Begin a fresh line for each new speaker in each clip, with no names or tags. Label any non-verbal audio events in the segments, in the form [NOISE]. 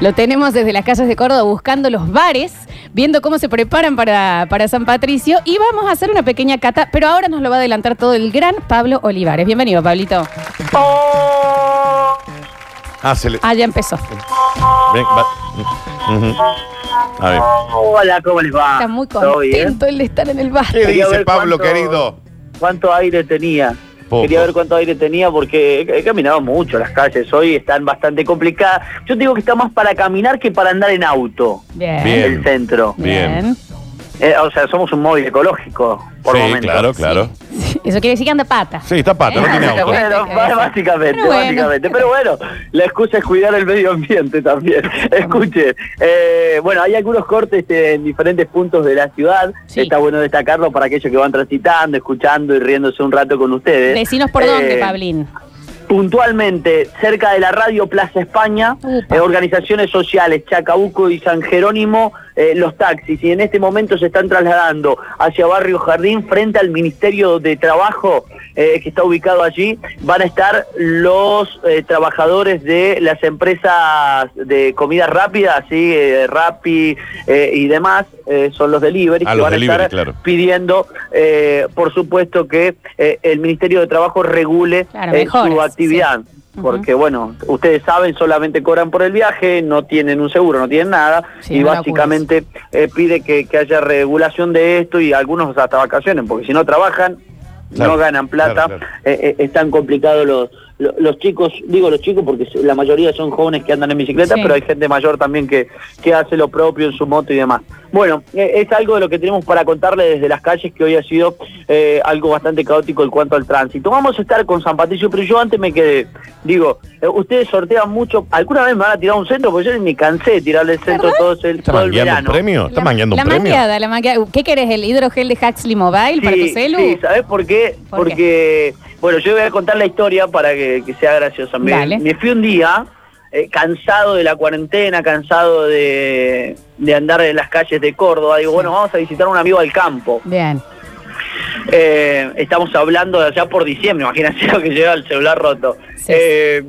Lo tenemos desde las calles de Córdoba buscando los bares, viendo cómo se preparan para, para San Patricio y vamos a hacer una pequeña cata, pero ahora nos lo va a adelantar todo el gran Pablo Olivares. Bienvenido, Pablito.
Ah, se le.
Ah, ya empezó.
Ven, va. Ujú. A ver.
Hola, ¿cómo les va?
Está muy
Ah, ¿Todo bien?
contento el de estar en el bar.
¿Qué
Quería
dice
ver
Pablo,
cuánto-
querido?
¿Cuánto aire tenía?
Poco.
Quería ver cuánto aire tenía porque he, he caminado mucho las calles hoy, están bastante complicadas. Yo te digo que está más para caminar que para andar en auto,
Bien.
Bien.
el centro.
Bien.
Eh, o sea, somos un móvil ecológico, por
sí,
momentos. Ah,
claro, claro.
Eso quiere decir que anda pata.
Sí, está pata, no tiene auto.
Bueno, b- básicamente,
Pero bueno.
básicamente. Pero bueno, la excusa es cuidar el medio ambiente también. Escuche, eh, bueno, hay algunos cortes este, en diferentes puntos de la ciudad.
Sí.
Está bueno destacarlo para aquellos que van transitando, escuchando y riéndose un rato con ustedes.
Decinos por
Eh,
dónde, Pablín.
Puntualmente, cerca de la radio Plaza España,
Upa.
eh, organizaciones sociales Chacabuco y San Jerónimo, eh, los taxis, y en este momento se están trasladando hacia Barrio Jardín, frente al Ministerio de Trabajo eh, que está ubicado allí, van a estar los eh, trabajadores de las empresas de comida rápida, ¿sí? Eh, Rappi eh, y demás, eh, son los delivery
Ah,
que
los
van a
delivery,
estar
claro.
pidiendo, eh, por supuesto, que eh, el Ministerio de Trabajo regule
Claro,
eh,
mejoras,
su actividad.
Ujú.
Porque, bueno, ustedes saben, solamente cobran por el viaje, no tienen un seguro, no tienen nada,
Sí,
y
no la
básicamente eh, pide que, que haya regulación de esto y algunos hasta vacaciones, porque si no trabajan,
Claro,
no ganan plata,
claro, claro.
eh, eh, están complicados los, los, los chicos, digo los chicos porque la mayoría son jóvenes que andan en bicicleta,
Sí.
pero hay gente mayor también que, que hace lo propio en su moto y demás. Bueno, eh, es algo de lo que tenemos para contarle desde las calles, que hoy ha sido eh, algo bastante caótico en cuanto al tránsito. Vamos a estar con San Patricio, pero yo antes me quedé, digo, eh, ustedes sortean mucho, ¿alguna vez me van a tirar un centro? Porque yo me cansé de tirarle el centro todo el,
¿Está
todo el
mangueando un
verano.
premio? ¿Está
La-
mangueando un
la
premio?
mangueada, la mangueada. Uh, ¿Qué querés? ¿El hidrogel de Huxley Mobile para tu celu?
Sí, ¿sabes por qué?
¿Por
Porque, bueno, yo voy a contar la historia para que, que sea graciosa. Me,
Dale.
me fui un día eh, cansado de la cuarentena, cansado de, de andar en las calles de Córdoba. Digo, bueno, vamos a visitar a un amigo al campo.
Bien.
Eh, estamos hablando de allá por diciembre, [LAUGHS] imagínate lo que lleva el celular roto.
Sí.
Eh,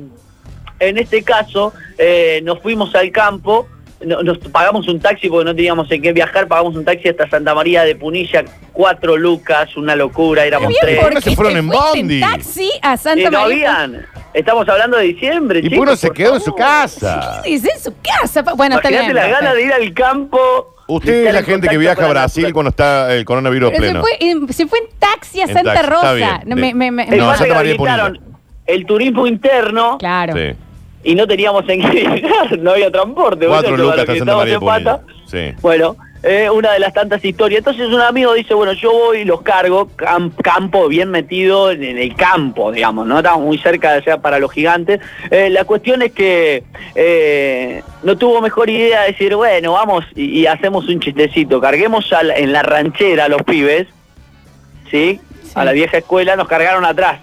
en este caso, eh, nos fuimos al campo, no- nos pagamos un taxi porque no teníamos en qué viajar, pagamos un taxi hasta Santa María de Punilla, cuatro lucas, una locura, éramos
Bien,
tres.
¿por qué se fueron
te
en
fuiste
bondi?
taxi a Santa
Eh, no
María.
habían. Estamos hablando de diciembre,
Y
chicos,
uno se
por
quedó en su
favor.
casa.
¿Qué dices en su casa? Pa- Bueno, está
Imagínate
bien.
la gana
perfecto.
de ir al campo.
Usted
estar
es la
en
gente que
contacto
viaja a
con la
Brasil
naturaleza.
cuando está el coronavirus
Pero se
pleno.
fue, en, se fue en taxi a
En
Santa
taxi, está
Rosa.
bien.
No, me- me- me-
No,
El
Santa
pase que
María de Punilla.
habilitaron el turismo interno
Claro.
Sí.
y no teníamos en qué viajar, no había transporte.
Cuatro
muchachos, a
lucas
los
hasta Santa
que estábamos
María de
en pata.
Punilla. Sí.
Bueno, eh, una de las tantas historias. Entonces un amigo dice, bueno, yo voy y los cargo, cam- campo bien metido en, en el campo, digamos, ¿no? Estamos muy cerca de allá para los gigantes. Eh, la cuestión es que eh, no tuvo mejor idea de decir, bueno, vamos y, y hacemos un chistecito, carguemos a la- en la ranchera a los pibes, ¿sí?
Sí.
A la vieja escuela nos cargaron atrás.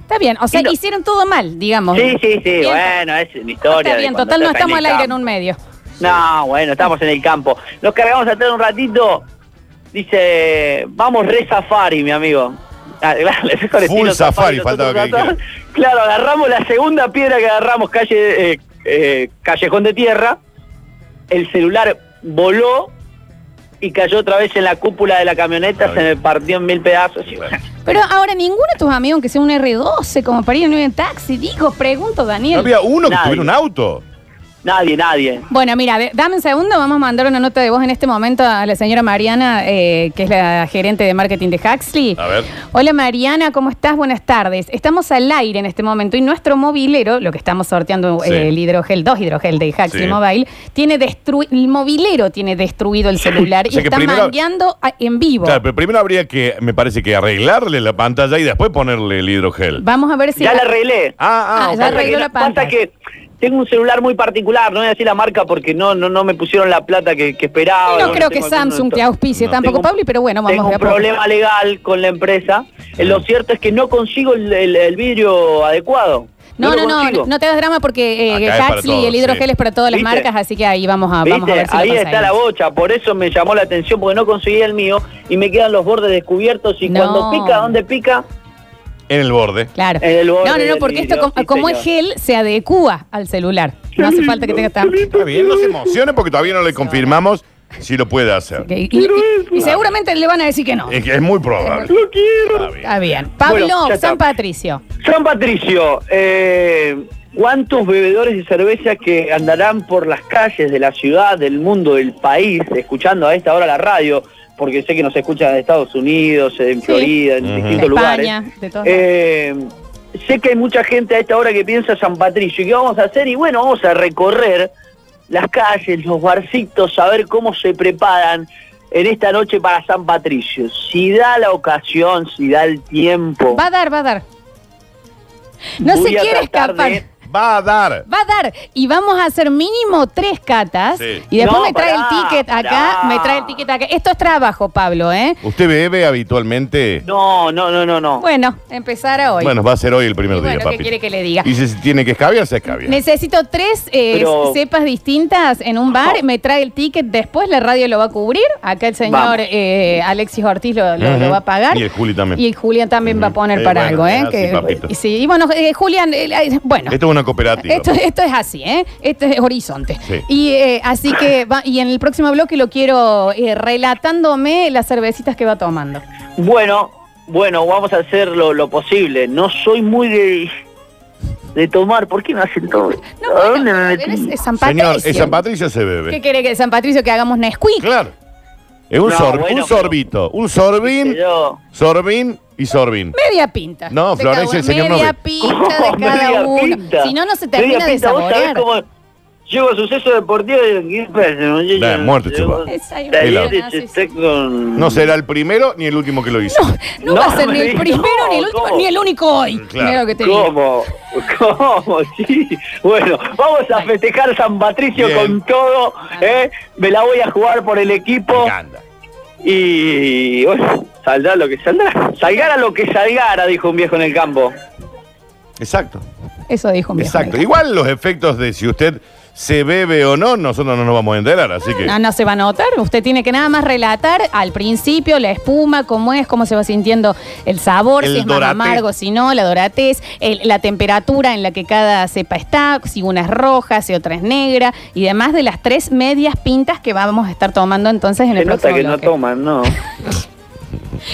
Está bien. O sea,
Y no-
hicieron todo mal, digamos.
Sí, sí, sí,
Bien.
bueno, es una historia.
Está
de
bien,
cuando
total, no
estás en
estamos al
el
aire en
campo.
un medio.
No, bueno, estamos en el campo. Nos cargamos atrás un ratito. Dice, vamos re safari, mi amigo. Ah, [LAUGHS] claro, le fijo el
Full
estilo
safari, faltaba
nosotros
que
atrás. Claro, agarramos la segunda piedra que agarramos, calle, eh, eh, callejón de tierra. El celular voló y cayó otra vez en la cúpula de la camioneta,
Está
se
bien.
me partió en mil pedazos. y bueno.
Pero ahora ninguno de tus amigos, que sea un R12, como para ir en un taxi, digo, pregunto, Daniel.
¿No había uno que
Nadie.
tuviera un auto?
Nadie, nadie.
Bueno, mira, ve- dame un segundo, vamos a mandar una nota de voz en este momento a la señora Mariana, eh, que es la gerente de marketing de Huxley.
A ver.
Hola Mariana, ¿cómo estás? Buenas tardes. Estamos al aire en este momento y nuestro mobilero, lo que estamos sorteando
Sí.
eh, el hidrogel, dos hidrogel de Huxley
Sí.
Mobile, tiene destruido, el mobilero tiene destruido el celular
O sea
y
que
está
primero-
mangueando a- en vivo.
Claro, pero primero habría que, me parece que arreglarle la pantalla y después ponerle el hidrogel.
Vamos a ver si...
ya la arreglé.
Ah, ah,
Ah,
ok.
ya arregló la
pasa
pantalla.
que tengo un celular muy particular, no voy a decir la marca porque no no no me pusieron la plata que, que esperaba.
no creo que
tengo alguno de
Samsung te
estos.
auspicie
No.
tampoco,
Tengo un-
Pablo, pero bueno, vamos
Tengo
a
un
ver.
problema legal con la empresa. Eh, Lo cierto es que no consigo el, el- el vidrio adecuado.
No,
lo
no, no,
consigo.
no te hagas drama porque eh,
Acá es Ah, para
Huxley y
todos,
el hidrogel
sí.
es para todas las
¿Viste?
marcas, así que ahí vamos a, vamos a
¿Viste?
ver si lo
Ahí está
conseguimos.
la bocha, por eso me llamó la atención porque no conseguí el mío y me quedan los bordes descubiertos y
No.
cuando pica, ¿dónde pica?
en el borde.
Claro.
En el borde
no, no, no,
del
porque esto,
vidrio,
com-
sí,
como es
señor.
gel, se adecúa al celular. No hace falta
[LAUGHS]
que tenga tan.
Está bien, no se emocione porque todavía no le confirmamos si lo puede hacer.
Ok, Y, y- y seguramente le van a decir que no.
Es, es muy probable.
Lo
Está
quiero.
bien.
Está bien. Pablo,
Bueno, ya está.
San Patricio.
San Patricio, eh, ¿cuántos bebedores de cerveza que andarán por las calles de la ciudad, del mundo, del país, escuchando a esta hora la radio? Porque sé que nos escuchan en Estados Unidos, en
Sí.
Florida, en
Ujú.
De
distintos lugares.
España, de todos lados.
Eh, sé que hay mucha gente a esta hora que piensa San Patricio. ¿Y qué vamos a hacer? Y bueno, vamos a recorrer las calles, los barcitos, a ver cómo se preparan en esta noche para San Patricio. Si da la ocasión, si da el tiempo.
Va a dar, va a dar. No se
voy a
quiere
tratar
escapar.
de-
Va a dar.
Va a dar. Y vamos a hacer mínimo tres catas.
Sí.
Y después
No,
me trae
pará,
el ticket acá.
pará.
Me trae el ticket acá. Esto es trabajo, Pablo, ¿eh?
¿Usted bebe habitualmente?
No, no, no, no, no.
Bueno, empezar a hoy.
Bueno, va a ser hoy el
Y
primer
bueno,
día,
¿qué
papi.
quiere que le diga?
Y si se tiene que escabiar, se escabia.
Necesito tres eh,
Pero-
cepas distintas en un bar. Me trae el ticket después, la radio lo va a cubrir. Acá el señor
Vamos.
eh, Alexis Ortiz lo, lo-
Ujú.
lo va a pagar.
Y el Juli también.
Y el Julián también
Ujú.
va a poner
Eh,
para
bueno,
algo, ¿eh?
así, papito. Este
y sí, y bueno, eh, Julián, eh, eh, bueno.
Esto es una cooperativa.
Esto, esto es así, ¿eh? Esto es horizonte.
Sí.
Y eh, así
[CLEARS THROAT]
que, va- y en el próximo bloque lo quiero eh, relatándome las cervecitas que va tomando.
Bueno, bueno, vamos a hacer lo, lo posible. No soy muy de, de tomar. ¿Por qué me hacen todo?
No,
¿A
bueno,
dónde me metí?
pero es, es San Patricio.
Señor, en San Patricio se bebe.
¿Qué quiere que San Patricio que hagamos Nesquik?
Claro. Es un,
No,
sor-
bueno,
un sorbito. Un sorbín,
Yo-
sorbín y sorbín.
Media pinta.
No,
De
Florencia,
cada
el señor no
Media
ve.
[LAUGHS]
pinta de cada
Media
uno.
pinta.
Si no, no se
Media
termina de
pinta, vos sabés
saborear.
cómo Llego a suceso deportivo y digo, ¿qué pasa? No, yo-
Da,
yo-
muerte,
llego-
chupa.
Es ahí,
Talleres,
Pelado.
estoy con-
No será el primero ni el último que lo hizo.
No,
No,
va a ser ni el
no,
primero, ni el último,
¿cómo?
ni el único hoy.
Claro.
Mira lo que te digo.
¿Cómo? ¿Cómo? Sí. Bueno, vamos a festejar San Patricio
Bien.
con todo. ¿eh? Me la voy a jugar por el
Me
equipo.
encanta.
Y bueno, saldrá lo que saldrá. Salgara lo que salgara, dijo un viejo en el campo.
Exacto.
Eso dijo mi viejo.
Exacto. Igual los efectos de si usted se bebe o no, nosotros no nos vamos a enterar, así que.
Ah, No, no se va a notar. Usted tiene que nada más relatar al principio la espuma, cómo es, cómo se va sintiendo el sabor,
El
si es
dorate.
más amargo, si no, la doratez, el- la temperatura en la que cada cepa está, si una es roja, si otra es negra, y demás de las tres medias pintas que vamos a estar tomando entonces en
Se
el
nota
próximo
que no
bloque.
toman, ¿no?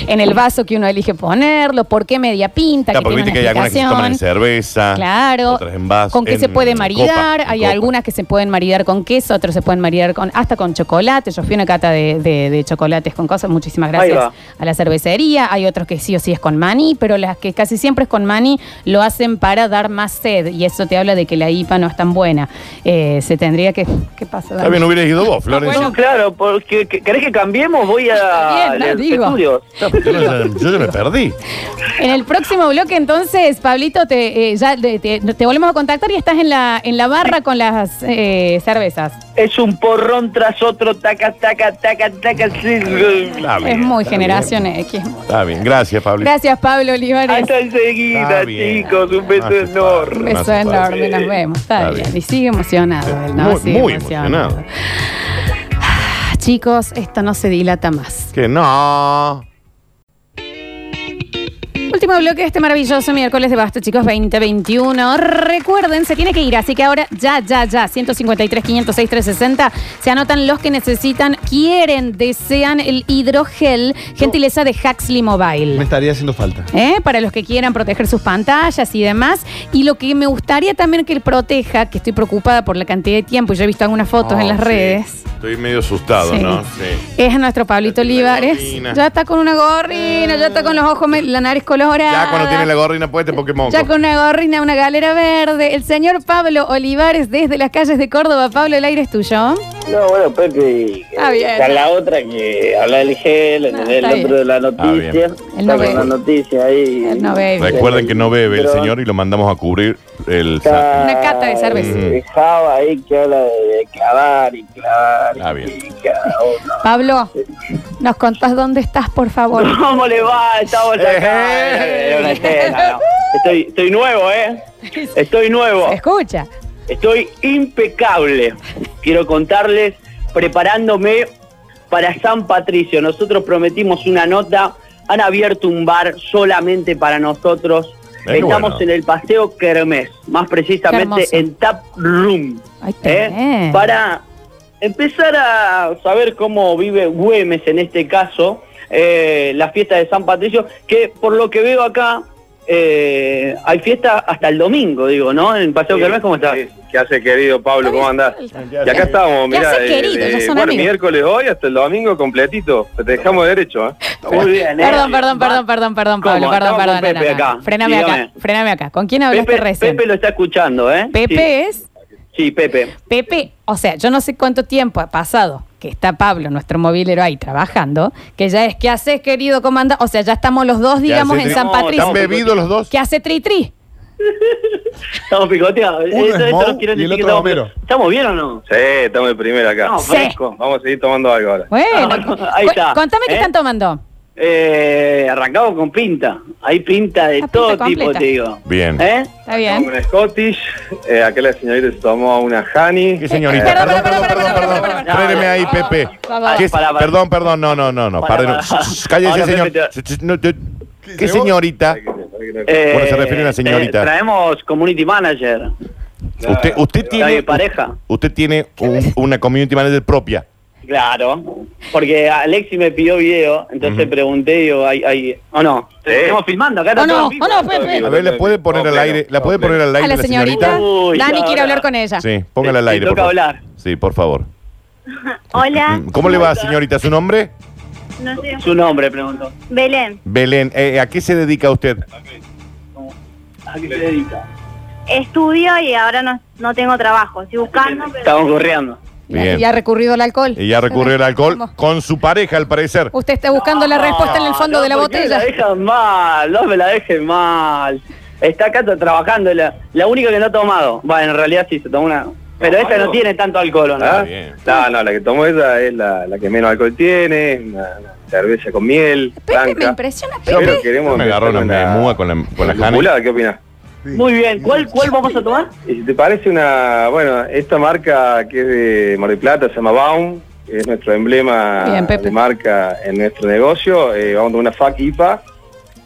En el vaso que uno elige ponerlo, por qué media pinta,
Claro,
que
porque
tiene
viste que hay
una
algunas que se toman en
explicación.
cerveza,
Claro.
otras en vaso.
¿Con qué
en
se puede maridar?
copa,
Hay
en copa.
algunas que se pueden maridar con queso, otras se pueden maridar con hasta con chocolate. Yo fui a una cata de, de- de chocolates con cosas. Muchísimas
Ahí
gracias
va.
a la cervecería. Hay otros que sí o sí es con maní, pero las que casi siempre es con maní lo hacen para dar más sed. Y eso te habla de que la IPA no es tan buena. Eh, se tendría que... ¿Qué pasa?
Está bien, hubieras
[LAUGHS]
ido vos, Florencia.
No, claro, porque que- ¿querés que cambiemos? Voy a
Está bien,
a
no,
los
digo.
estudios.
Yo, no- yo ya me perdí.
En el próximo bloque, entonces, Pablito, te, eh, ya te, te- te volvemos a contactar y estás en la, en la barra con las eh, cervezas.
Es un porrón tras otro, taca, taca, taca, taca. sí.
Está
es
bien,
muy
está
generación
bien.
X.
Está bien, gracias, Pablo.
Gracias, Pablo Olivares.
Hasta
Está
enseguida,
bien.
chicos. Un
No
beso
hace
Un
falta.
enorme.
beso
Gracias, Pablo.
enorme, nos vemos. Está,
Está
bien.
bien.
Y sigue emocionado, él, ¿no?
Muy-
Sigue
muy emocionado.
Ah, Chicos, esto no se dilata más.
Que no.
Último bloque de este maravilloso miércoles de Basta, chicos, 2021. Recuerden, se tiene que ir, así que ahora ya, ya, ya, 153, 506, 360. Se anotan los que necesitan, quieren, desean el hidrogel, gentileza de Huxley Mobile.
Me estaría haciendo falta.
¿eh? para los que quieran proteger sus pantallas y demás. Y lo que me gustaría también que él proteja, que estoy preocupada por la cantidad de tiempo, y yo he visto algunas fotos
No,
en las
Oh, sí.
redes,
Estoy medio asustado,
Sí.
¿no? Sí.
es a nuestro Pablito
Ya tiene la
Olivares.
gorrina.
Ya está con una gorrina, ya está con los ojos, me- la nariz colorada.
Ya cuando tiene la gorrina puesta, Pokémon.
Ya con una gorrina, una galera verde. El señor Pablo Olivares desde las calles de Córdoba. Pablo, el aire es tuyo.
No, bueno, Pepe.
Ah, bien.
Está la otra que habla del gel,
No,
en el
está
otro
bien.
de la
Ah, bien.
noticia.
Él no
Está
bebe.
con la noticia ahí.
Él no bebe.
Recuerden que no bebe el
Pero-
señor y lo mandamos a cubrir el.
Está
Una cata de cerveza.
el Java ahí que habla de, de clavar y clavar.
Ah,
y
bien.
cada uno.
Pablo, nos contás dónde estás, por favor.
[LAUGHS]
[LAUGHS] ¿Cómo le va?
[LAUGHS]
Estamos acá.
Eh.
Eh, una escena, ¿no? Estoy, estoy nuevo, ¿eh? Estoy nuevo.
Se Escucha.
Estoy impecable. Quiero contarles, preparándome para San Patricio. Nosotros prometimos una nota han abierto un bar solamente para nosotros.
Ay,
Estamos
bueno.
en el Paseo Kermés, más precisamente
Qué hermoso.
en Tap Room.
Ay,
¿eh?
qué bien.
Para empezar a saber cómo vive Güemes en este caso, eh, la fiesta de San Patricio, que por lo que veo acá, eh, hay fiesta hasta el domingo, digo, ¿no? En Paseo
Sí,
Kermés, ¿cómo está?
sí. ¿Qué hace, querido Pablo? ¿Cómo andás? Y acá estamos,
¿Qué
mirá,
hace,
de-
querido?
de-
Ya son
bueno,
amigos.
miércoles hoy hasta el domingo completito. Te dejamos derecho, ¿eh?
Muy bien, ¿eh?
Perdón, perdón, perdón, perdón, perdón,
¿Cómo?
Pablo, perdón,
Estaba
perdón. no,
con Pepe
no, no.
acá.
Frename acá,
Dígame.
frename acá. ¿Con quién hablaste
Pepe,
recién?
Pepe lo está escuchando, ¿eh?
Pepe
Sí.
es.
Sí, Pepe.
Pepe, o sea, yo no sé cuánto tiempo ha pasado que está Pablo, nuestro movilero, ahí trabajando, que ya es, ¿qué haces, querido comandante? O sea, ya estamos los dos, digamos,
hace
en
tri-
San
No,
Patricio.
¿Están bebidos los dos?
¿Qué hace Tri Tri?
Estamos picoteados. Eh,
Uno es Mou y el otro
que estamos,
Homero.
¿Estamos bien o no?
Sí, estamos de primera acá.
No,
Sí.
fresco.
Vamos a seguir tomando algo ahora.
Bueno,
No, no,
cu-
Ah, ahí está.
contame qué
¿Eh?
están tomando.
Eh, arrancamos con pinta. Hay pinta de
La pinta
todo tipo,
completa.
te digo.
Bien.
¿Eh?
Está bien.
Una Scottish, eh, acá la señorita se tomó una Honey. Eh,
¿Qué señorita?
Perdón,
Perdón,
perdón,
perdón,
perdón,
perdón,
perdón,
perdón.
perdón.
Espéreme ahí, Pepe.
Para,
¿Qué es-
para, para.
Perdón, perdón, no, no, no, no.
Para,
Paren.
para.
Shh, Cállese,
Ahora,
señor.
Pepe,
Sh, sh, no, yo- ¿Qué
llegó?
señorita?
Eh,
Bueno, se refiere a una señorita.
eh, traemos community manager.
Usted, usted
La de
tiene,
pareja.
usted tiene un- una community manager propia.
Claro. Porque Alexi me pidió video, entonces
Ujú.
pregunté, digo, ay, ay, ¿o no?
Sí.
Estamos filmando
Oh,
acá. está
no,
todo en vivo.
oh, no, Pepe.
A ver, ¿la puede poner al aire? ¿La puede poner al
A
aire
la señorita.
Uy,
Dani
ahora.
quiere hablar con ella.
Sí, póngala al
Te- te
aire. por
toca
favor.
hablar.
Sí, por favor.
Hola,
Mm, ¿Cómo le va, señorita? ¿Su nombre?
no sé,
Su nombre, preguntó.
Belén,
Belén. Eh, ¿A qué se dedica usted?
¿A qué Ah, se dedica?
estudio y ahora no, no tengo trabajo, estoy buscando, pero
Estamos corriendo.
Bien.
Y ha recurrido al alcohol.
Y ya recurrió al alcohol con su pareja, al parecer.
Usted está buscando la respuesta en el fondo
Ah, No,
de la
¿por qué
botella.
Me la dejan mal, no me la dejen mal. Está acá está trabajando, la, la única que no ha tomado. Va, en realidad sí se tomó una. Pero esta no tiene tanto alcohol, ¿no?
¿Ah?
bien.
No, no, la que tomó esa es la, la que menos alcohol tiene, una, una cerveza con miel,
Pepe, me
blanca.
impresiona, Pepe.
Pero queremos
Me agarró una memúa con la, con la Hany.
lupulada, ¿qué opinas?
Muy bien, ¿cuál, cuál vamos a tomar?
Y si te parece una, bueno, esta marca que es de Mar del Plata, se llama Baum, que es nuestro emblema
Bien, Pepe.
de marca en nuestro negocio, eh, vamos a tomar una FAC IPA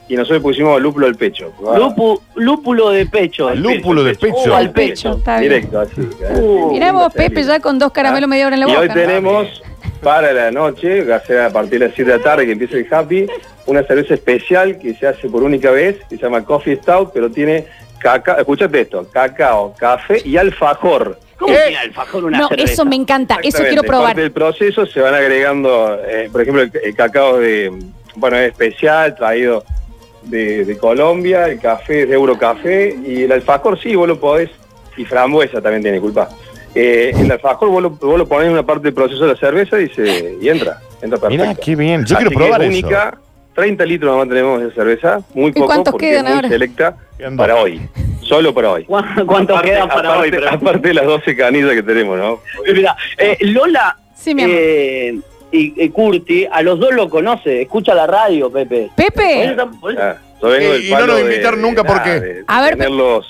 y nosotros pusimos lúpulo al pecho. ¿va?
Lupu- lúpulo de pecho.
Lúpulo de pecho.
Uh, al pecho.
Está bien.
Directo, así. eh,
Uh,
Mirá vos, Pepe, ya con dos caramelos media hora en la
y
boca.
hoy tenemos para la noche, va a ser a partir de las 7 de la tarde que empieza el Happy, una cerveza especial que se hace por única vez, que se llama Coffee Stout, pero tiene cacao, escúchate esto, cacao, café y alfajor.
¿Cómo
¿Qué?
tiene alfajor una
Eh, No,
cerveza?
eso me encanta, eso
Exactamente.
quiero probar.
Parte del proceso se van agregando, eh, por ejemplo, el, el cacao de, bueno, es especial, traído de, de Colombia, el café es de Eurocafé y el alfajor sí, vos lo podés, y frambuesa también tiene culpa. Eh, el alfajor vos lo, vos lo ponés en una parte del proceso de la cerveza y, se, y entra, entra perfecto.
Mirá, qué bien. Yo
Así
quiero
que
probar
es
eso.
única, 30 litros nomás tenemos de cerveza, muy poco
cuántos
porque es
quedan
muy
ahora?
selecta
Quedan dos.
para hoy, solo para hoy.
¿Cuánto, cuánto
Aparte-
quedan para hoy?
aparte- aparte de las 12 canillas que tenemos, ¿no?
Pero- Mirá, eh, Lola
Sí, mi amor.
eh, y, y Curti, a los dos lo conoce. Escucha la radio, Pepe. Por eso
Pepe,
tam- por eso-
Ah, yo vengo
Eh,
del
y no
palo
nos
de-
invitaron nunca,
nada,
¿por qué?
de- de
A ver,
tenerlos,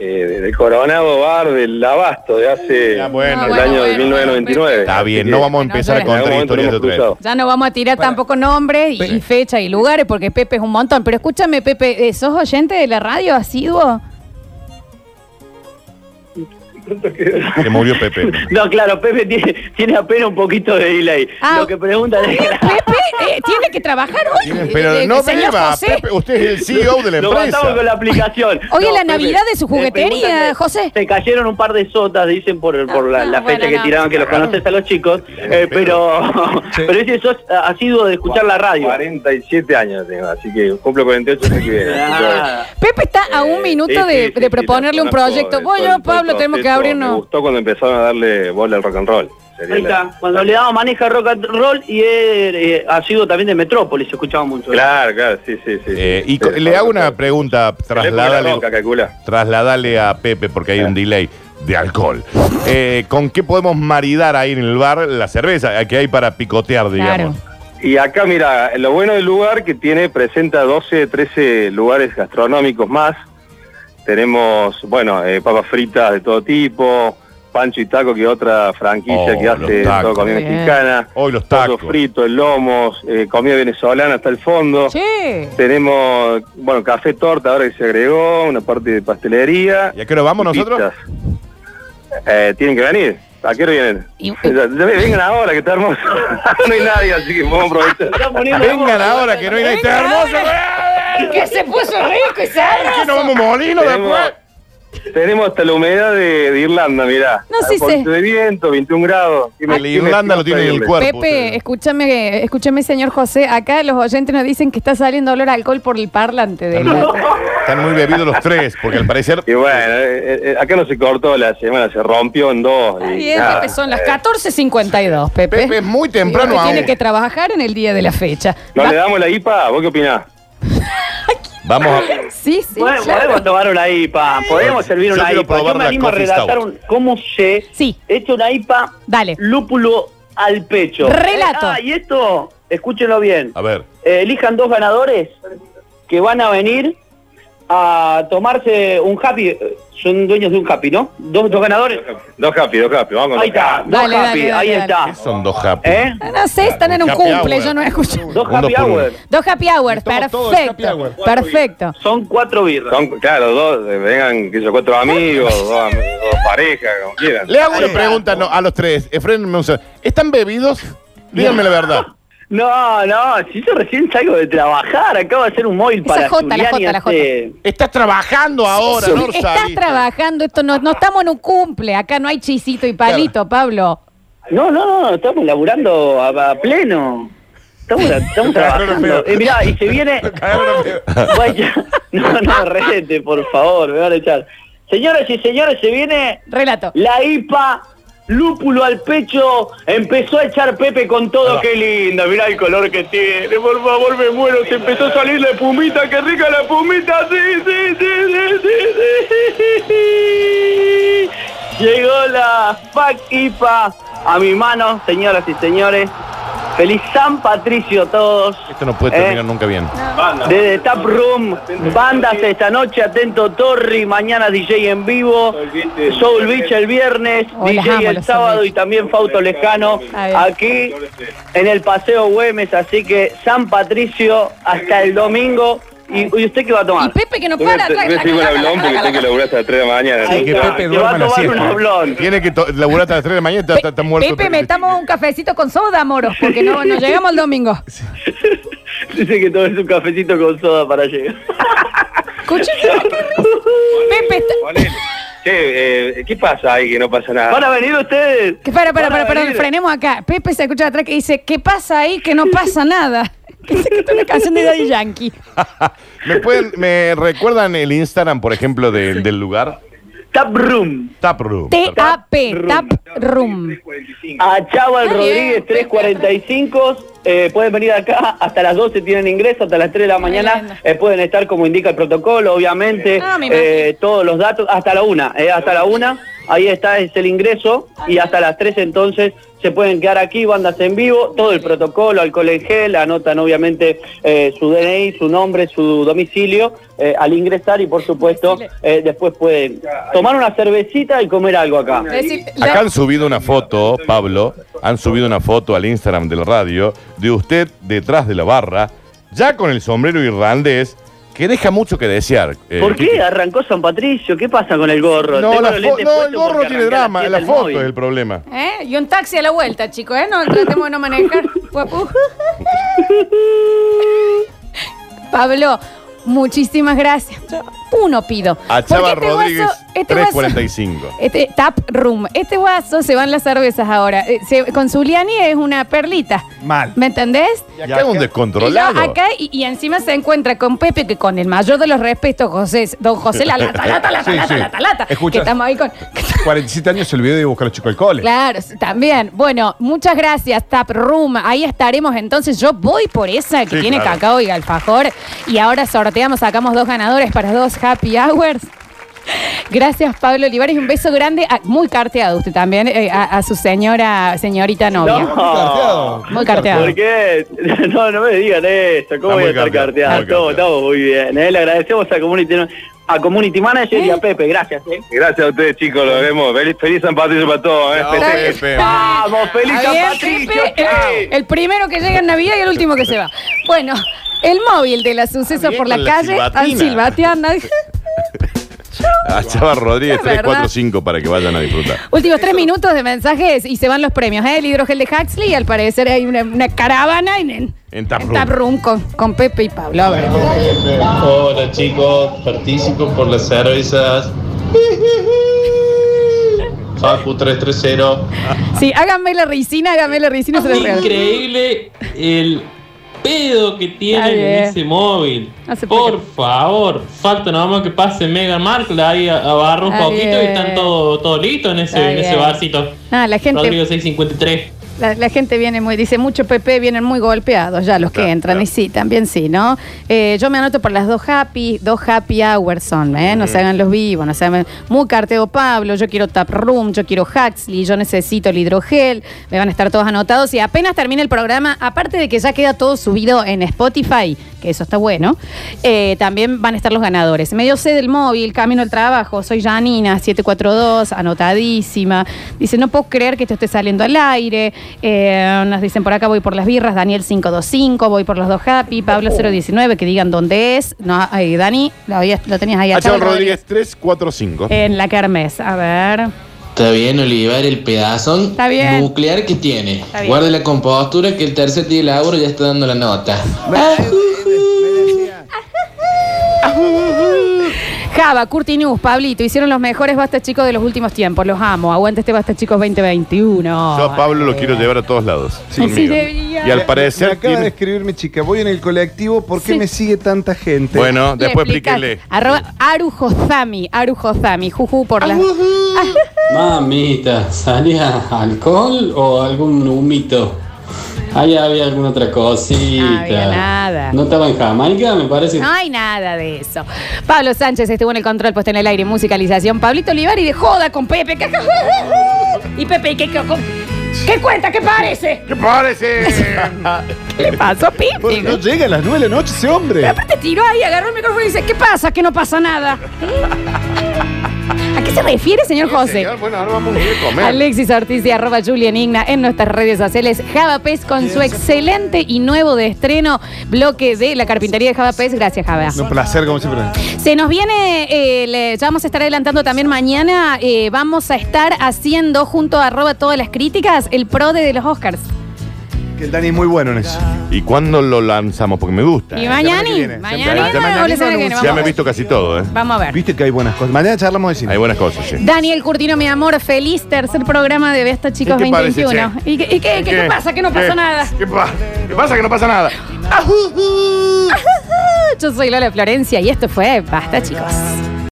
eh, de- del Coronado Bar del Abasto de hace
Ya, Ah, bueno,
el
bueno,
año de
Ah, bueno,
1999.
Está bien, no vamos a empezar a
Bueno,
contar historias de otra vez.
ya no vamos a tirar
Para.
tampoco nombres y,
Sí.
y fecha y lugares porque Pepe es un montón. Pero escúchame, Pepe, eh, ¿sos oyente de la radio asiduo?
Se murió Pepe.
No, claro, Pepe tiene, tiene apenas un poquito de delay.
Ah.
Lo que
[LAUGHS]
pregunta es... [LAUGHS]
Pepe eh, tiene que trabajar hoy.
Pero
eh,
no
señor
beba,
José.
Pepe, usted es el CEO
[LAUGHS]
de la
Lo matamos con
empresa.
la aplicación.
[LAUGHS] Hoy es la
Pepe,
Navidad de su
te preguntan
juguetería,
que
José.
Se cayeron un par de sotas, dicen, por, por la,
no,
la fecha
bueno,
que
no.
tiraban, que los conoces a los chicos. eh, pero
Sí.
[LAUGHS] pero ese sos eh, asiduo de escuchar la radio.
47 años tengo, así que cumplo 48 el año que viene.
Ah,
Pepe está a un
Eh,
minuto
sí,
de,
sí, sí,
de
sí,
proponerle
la
un
conozco,
proyecto.
eh,
Bueno,
todo el
Pablo, tenemos que
proceso. Me
abrirnos.
gustó cuando empezaron a darle bola al rock and roll. Sería
Ahí
la-
está. Cuando le daba maneja rock and roll y eh, eh, asiduo también de Metrópolis, se escuchaba mucho.
Claro, claro, sí, sí, sí.
Eh,
sí,
y co-
sí,
le
rock
hago
and
una
roll.
pregunta,
Le
trasládale,
pongo la roca, calcula.
trasládale a Pepe porque hay un delay de alcohol. Eh, ¿Con qué podemos maridar ahí en el bar la cerveza Eh, que hay para picotear, digamos?
Y acá, mira, lo bueno del lugar que tiene, presenta 12, 13 lugares gastronómicos más. Tenemos, bueno, eh, papas fritas de todo tipo, Pancho y Taco, que es otra franquicia
Oh,
que hace
los tacos.
todo comida
Bien.
mexicana.
Hoy los
Pollo
tacos.
frito, el lomos, eh, comida venezolana hasta el fondo.
Che.
Tenemos, bueno, café torta ahora que se agregó, una parte de pastelería.
¿Y a qué hora vamos nosotros?
Pizzas. Eh, tienen que venir. ¿A qué hora vienen?
Y- eh,
Ya- ya vengan ahora, que está hermoso. [LAUGHS] no hay nadie, así que vamos a aprovechar.
Vengan ahora que no hay nadie. ¡Está
Vengan
hermoso!
¿eh?
Y que se puso rico y
¿Que no
sabroso.
vamos a molino
tenemos,
después?
tenemos hasta la humedad de, de Irlanda, mirá.
No, sí
Un poquito
sé.
de viento, 21 grados.
El de Irlanda lo tiene en el
pedirle?
cuerpo.
Pepe, escúchame, escúchame, señor José. Acá los oyentes nos dicen que está saliendo olor a alcohol por el parlante de
Están muy bebidos los tres, porque al parecer.
Y bueno, eh, eh, acá no se cortó la semana, se rompió en dos.
Está
y
bien,
nada.
Pepe, son las 14.52, Pepe.
Pepe es muy temprano
Digo que
aún.
Tiene que trabajar en el día de la fecha.
¿No
Va-
le damos la IPA? ¿Vos qué opinás?
Vamos a.
Sí, sí,
Bueno,
claro.
podemos tomar una IPA, podemos
Yo
servir una
quiero
IPA.
probar
Yo me
la
animo a
Coffee
redactar
Stout.
un, cómo se
Sí.
echa una IPA
Dale.
lúpulo al pecho.
Eh. Relato.
Ah, y esto, escúchenlo bien.
A ver.
Eh, elijan dos ganadores que van a venir a tomarse un happy. Eh, Son dueños de un happy, ¿no? Dos, dos ganadores.
Dos happy, dos happy, vamos con
Ahí
dos
está,
happy.
dos
Dale, dale,
happy,
dale,
ahí
dale.
está.
¿Qué son dos happy?
¿Eh?
No sé, están en un
Happy
cumple,
hour.
yo no escucho.
Dos
Un dos
happy
por uno.
hour.
Dos happy hours,
Estamos
perfecto.
todos de happy hour.
Perfecto.
Son cuatro birras.
Son, claro, dos, eh, vengan, que yo cuatro
[LAUGHS]
amigos, dos, am- dos parejas, como quieran.
Le hago una pregunta no, a los tres. Efren, o sea, ¿están bebidos? Díganme la verdad.
No, no, si yo recién salgo de trabajar, acabo de hacer un móvil
Esa
para
jota, la
Zuliani
jota, la jota.
hace-
Estás trabajando ahora, ¿no?
Estás
Rosalita?
trabajando, esto no, no estamos en un cumple, acá no hay chisito y palito, Pablo.
No, no, no, estamos laburando a, a pleno. Estamos,
Cagaron
estamos
a
trabajando.
pedo.
Eh, mirá, y se viene... Vaya, [LAUGHS] no, no, rete, por favor, me van a echar. Señoras y señores, se viene
Relato.
la IPA, lúpulo al pecho, empezó a echar Pepe con todo, qué linda, mirá el color que tiene, por favor me muero, se empezó a salir la espumita, qué rica la espumita, sí, sí, sí, sí, sí, sí, sí. Llegó la FAC IPA a mi mano, señoras y señores. Feliz San Patricio a todos.
Esto no puede
Eh,
terminar nunca bien.
desde Tap Room, bandas esta noche, Atento Torri, mañana DJ en vivo, Soul Beach el viernes,
Oh, las amo,
DJ el
los Soul
sábado
Beach.
y también Fauto Lejano,
A ver.
aquí en el Paseo Güemes, así que San Patricio hasta el domingo. ¿Y, y usted qué va a
Y
tomar?
Pepe que no
Voy a
este
para.
voy a
tra- tra-
seguir con
tra-
el blon
tra-
porque
tra-
tengo que laburar hasta las 3 de la mañana.
Ahí
Así que
está,
Pepe
se va a
duerma la
tomar un
siesta.
hablón.
Tiene que to- laburar hasta las 3 de la mañana, está, está- está muerto.
Pepe, metamos un cafecito con soda, moros, porque no,
[LAUGHS]
no llegamos al domingo.
Dice que tomes un cafecito con soda para llegar.
Escucha,
[LAUGHS]
Pepe, está-
Ponele. Che, eh, ¿qué pasa ahí que no pasa nada?
¿Van a venir ustedes?
que para, para,
¿Van a
para, perdón,
venir?
frenemos acá. Pepe se escucha atrás que dice, ¿qué pasa ahí? Que no
[LAUGHS]
pasa nada. Que se escucha una canción de Daddy Yankee.
¿Me, pueden, ¿Me recuerdan el Instagram, por ejemplo, de- del lugar?
Tap Room.
Taproom.
T-A-P, Tap Room.
A Chaval
Está
Rodríguez
bien,
345. eh, pueden venir acá hasta las 12 tienen ingreso, hasta las 3 de la
bien.
mañana. eh, pueden estar como indica el protocolo, obviamente.
Ah, me
eh,
imagino.
todos los datos, hasta la 1. hasta la 1. Ahí está, es el ingreso. Y hasta las 3 entonces se pueden quedar aquí, bandas en vivo, todo el protocolo, alcohol en gel, anotan obviamente eh, su DNI, su nombre, su domicilio eh, al ingresar y por supuesto eh, después pueden tomar una cervecita y comer algo acá.
Es decir, la-
Acá han subido una foto, Pablo, han subido una foto al Instagram de la radio de usted detrás de la barra, ya con el sombrero irlandés, que deja mucho que desear. Eh,
¿Por
Kiki.
qué arrancó San Patricio? ¿Qué pasa con el gorro?
No,
Tengo
la
los
fo-
lentes
no, el
puestos
gorro
porque
tiene
arranqué a
drama,
las
la
siete del
foto
móvil.
es el problema.
¿Eh? Y un taxi a la vuelta, chicos, ¿eh? No tratemos de no manejar. Pues, uh, Guapu. [LAUGHS] Pablo, muchísimas gracias. Yo Uno pido.
A
Porque
Chava
este
Rodríguez,
guaso- este guaso-
345.
Este tap room. Este guaso se van las cervezas ahora. Eh, se- con Zuliani es una perlita.
Mal.
¿Me entendés?
Y acá es un
Y yo
descontrolado.
acá y, y encima se encuentra con Pepe, que con el mayor de los respetos, José, don José, la lata, lata, lata,
Sí,
lata,
sí.
lata, lata, que
Escuchas.
estamos ahí con.
47 años se olvidó de buscar a los chicos al cole.
Claro, sí, también. Bueno, muchas gracias, Tap Room. Ahí estaremos entonces. Yo voy por esa que
Sí,
tiene
claro.
cacao y alfajor. Y ahora sorteamos, sacamos dos ganadores para dos happy hours. Gracias, Pablo Olivares. Un beso grande, a- muy carteado usted también, eh, a, a su señora, señorita novia.
Muy carteado.
Muy carteado.
¿Por qué? [LAUGHS] No, no me digan eso.
Está
¿Cómo
muy
voy a estar
cambiado,
carteado?
muy
Estamos,
cambiado.
estamos muy bien. ¿eh? Le agradecemos a Community, a community Manager y a Pepe. Gracias. ¿eh?
Gracias a ustedes, chicos. Los vemos. Feliz, feliz San Patricio para todos. ¿eh?
Está
Pepe, Ah,
bien.
Pepe.
¡Vamos! ¡Feliz
Está
San
bien,
Patricio!
Pepe,
chao.
eh, El primero que llega en Navidad y el último que se va. Bueno, el móvil de la suceso
bien
por la
con la
calle,
silbatina.
Silvatiana.
A Chava Rodríguez
Es verdad.
345 para que vayan a disfrutar.
Últimos tres minutos de mensajes y se van los premios. ¿eh? El hidrogel de Huxley, al parecer hay una, una caravana en, en,
En Tap
en
Room.
Tap Room con, con Pepe y Pablo. A ver.
Hola chicos, participo por las cervezas. Facu 330.
Sí, háganme la ricina, háganme la ricina. se los regalo.
Increíble el pedo que
Está
tienen
bien.
en ese móvil.
No se puede
por favor, falta nada más que pase Mega Markle ahí a- abarra un
Está
poquito y
bien.
están todo, todo listo en
Está
ese, en ese
bien.
vasito.
Ah, la gente,
Rodrigo 653.
la, la gente viene muy, dice mucho Pepe, vienen muy golpeados ya los que
Claro,
entran.
claro.
Y sí, también sí, ¿no? Eh, yo me anoto por las dos happy, dos happy hours son, ¿eh? No se hagan los vivos, no se hagan. Muy carteo Pablo, yo quiero Tap Room, yo quiero Huxley, yo necesito el hidrogel. Me van a estar todos anotados. Y apenas termine el programa, aparte de que ya queda todo subido en Spotify, que eso está bueno, eh, también van a estar los ganadores. Medio C del móvil, camino al trabajo, soy Janina, 742, anotadísima. Dice, no puedo creer que esto esté saliendo al aire. Eh, nos dicen, por acá voy por las birras, Daniel 525, voy por los dos happy, Pablo
Oh.
019, que digan dónde es. No, eh, Dani, lo, habías- lo tenías ahí.
A Chava
Chavo
Ah, Rodríguez 345.
En la kermés, a ver.
Está bien, Olivar, el pedazón
Está bien.
nuclear que tiene.
Está bien.
Guarde la compostura que el tercer día de laburo ya está dando la nota.
Ah. Java, Curti News, Pablito, hicieron los mejores basta chicos de los últimos tiempos. Los amo. Aguante este basta chicos 2021.
Yo a Pablo lo quiero llevar a todos lados.
eh. Sí,
conmigo.
debería.
y al parecer.
Me acaba
tiene-
de escribir mi chica, voy en el colectivo, ¿por qué
Sí.
me sigue tanta gente?
Bueno,
Le
después
explicas.
explíquenle.
Arroba Arujozami, Arujozami, juju por la.
Mamita, ¿salía alcohol o algún humito? Ahí había alguna otra cosita.
No había nada.
No estaba en Jamaica, me parece.
No hay nada de eso. Pablo Sánchez estuvo en el control puesto en el aire, musicalización. Pablito Olivari de joda con Pepe. [LAUGHS] Y Pepe, ¿qué, qué, qué cuenta? ¿Qué parece?
¿Qué parece?
¿Qué le pasó,
Porque no
Pipi?
llega a las 9 de la noche ese hombre.
Aparte tiró ahí, agarró el micrófono y dice, ¿qué pasa? Que no pasa nada. [LAUGHS] ¿A qué se refiere, señor [LAUGHS] José?
Señor, bueno, ahora vamos a ir a comer.
Alexis Ortiz y arroba Julian Igna en nuestras redes sociales. Java Pez con su excelente y nuevo de estreno bloque de la carpintería de Java Pez. Gracias, Java.
Un placer, como siempre.
Se nos viene, eh, le- ya vamos a estar adelantando también mañana, eh, vamos a estar haciendo junto a arroba todas las críticas el pro de los Oscars.
Que el Dani es muy bueno en eso.
¿Y cuándo lo lanzamos? Porque me gusta.
Y
¿eh?
mañana,
que viene.
mañana,
Ya mañana
o la semana que viene,
Ya me he
vamos,
visto casi todo, ¿eh?
vamos a ver.
Viste que hay buenas cosas. Mañana charlamos de
Hay
cine.
buenas cosas, sí.
Daniel Curtino, mi amor, feliz tercer programa de Besta Chicos
¿Y qué parece,
2021. ¿Y, qué, y Eh, qué- qué- qué pasa? Que no pasó
¿Qué?
nada.
¿Qué, pa- qué pasa? Que no pasa nada.
Yo soy Lola Florencia y esto fue Basta, chicos.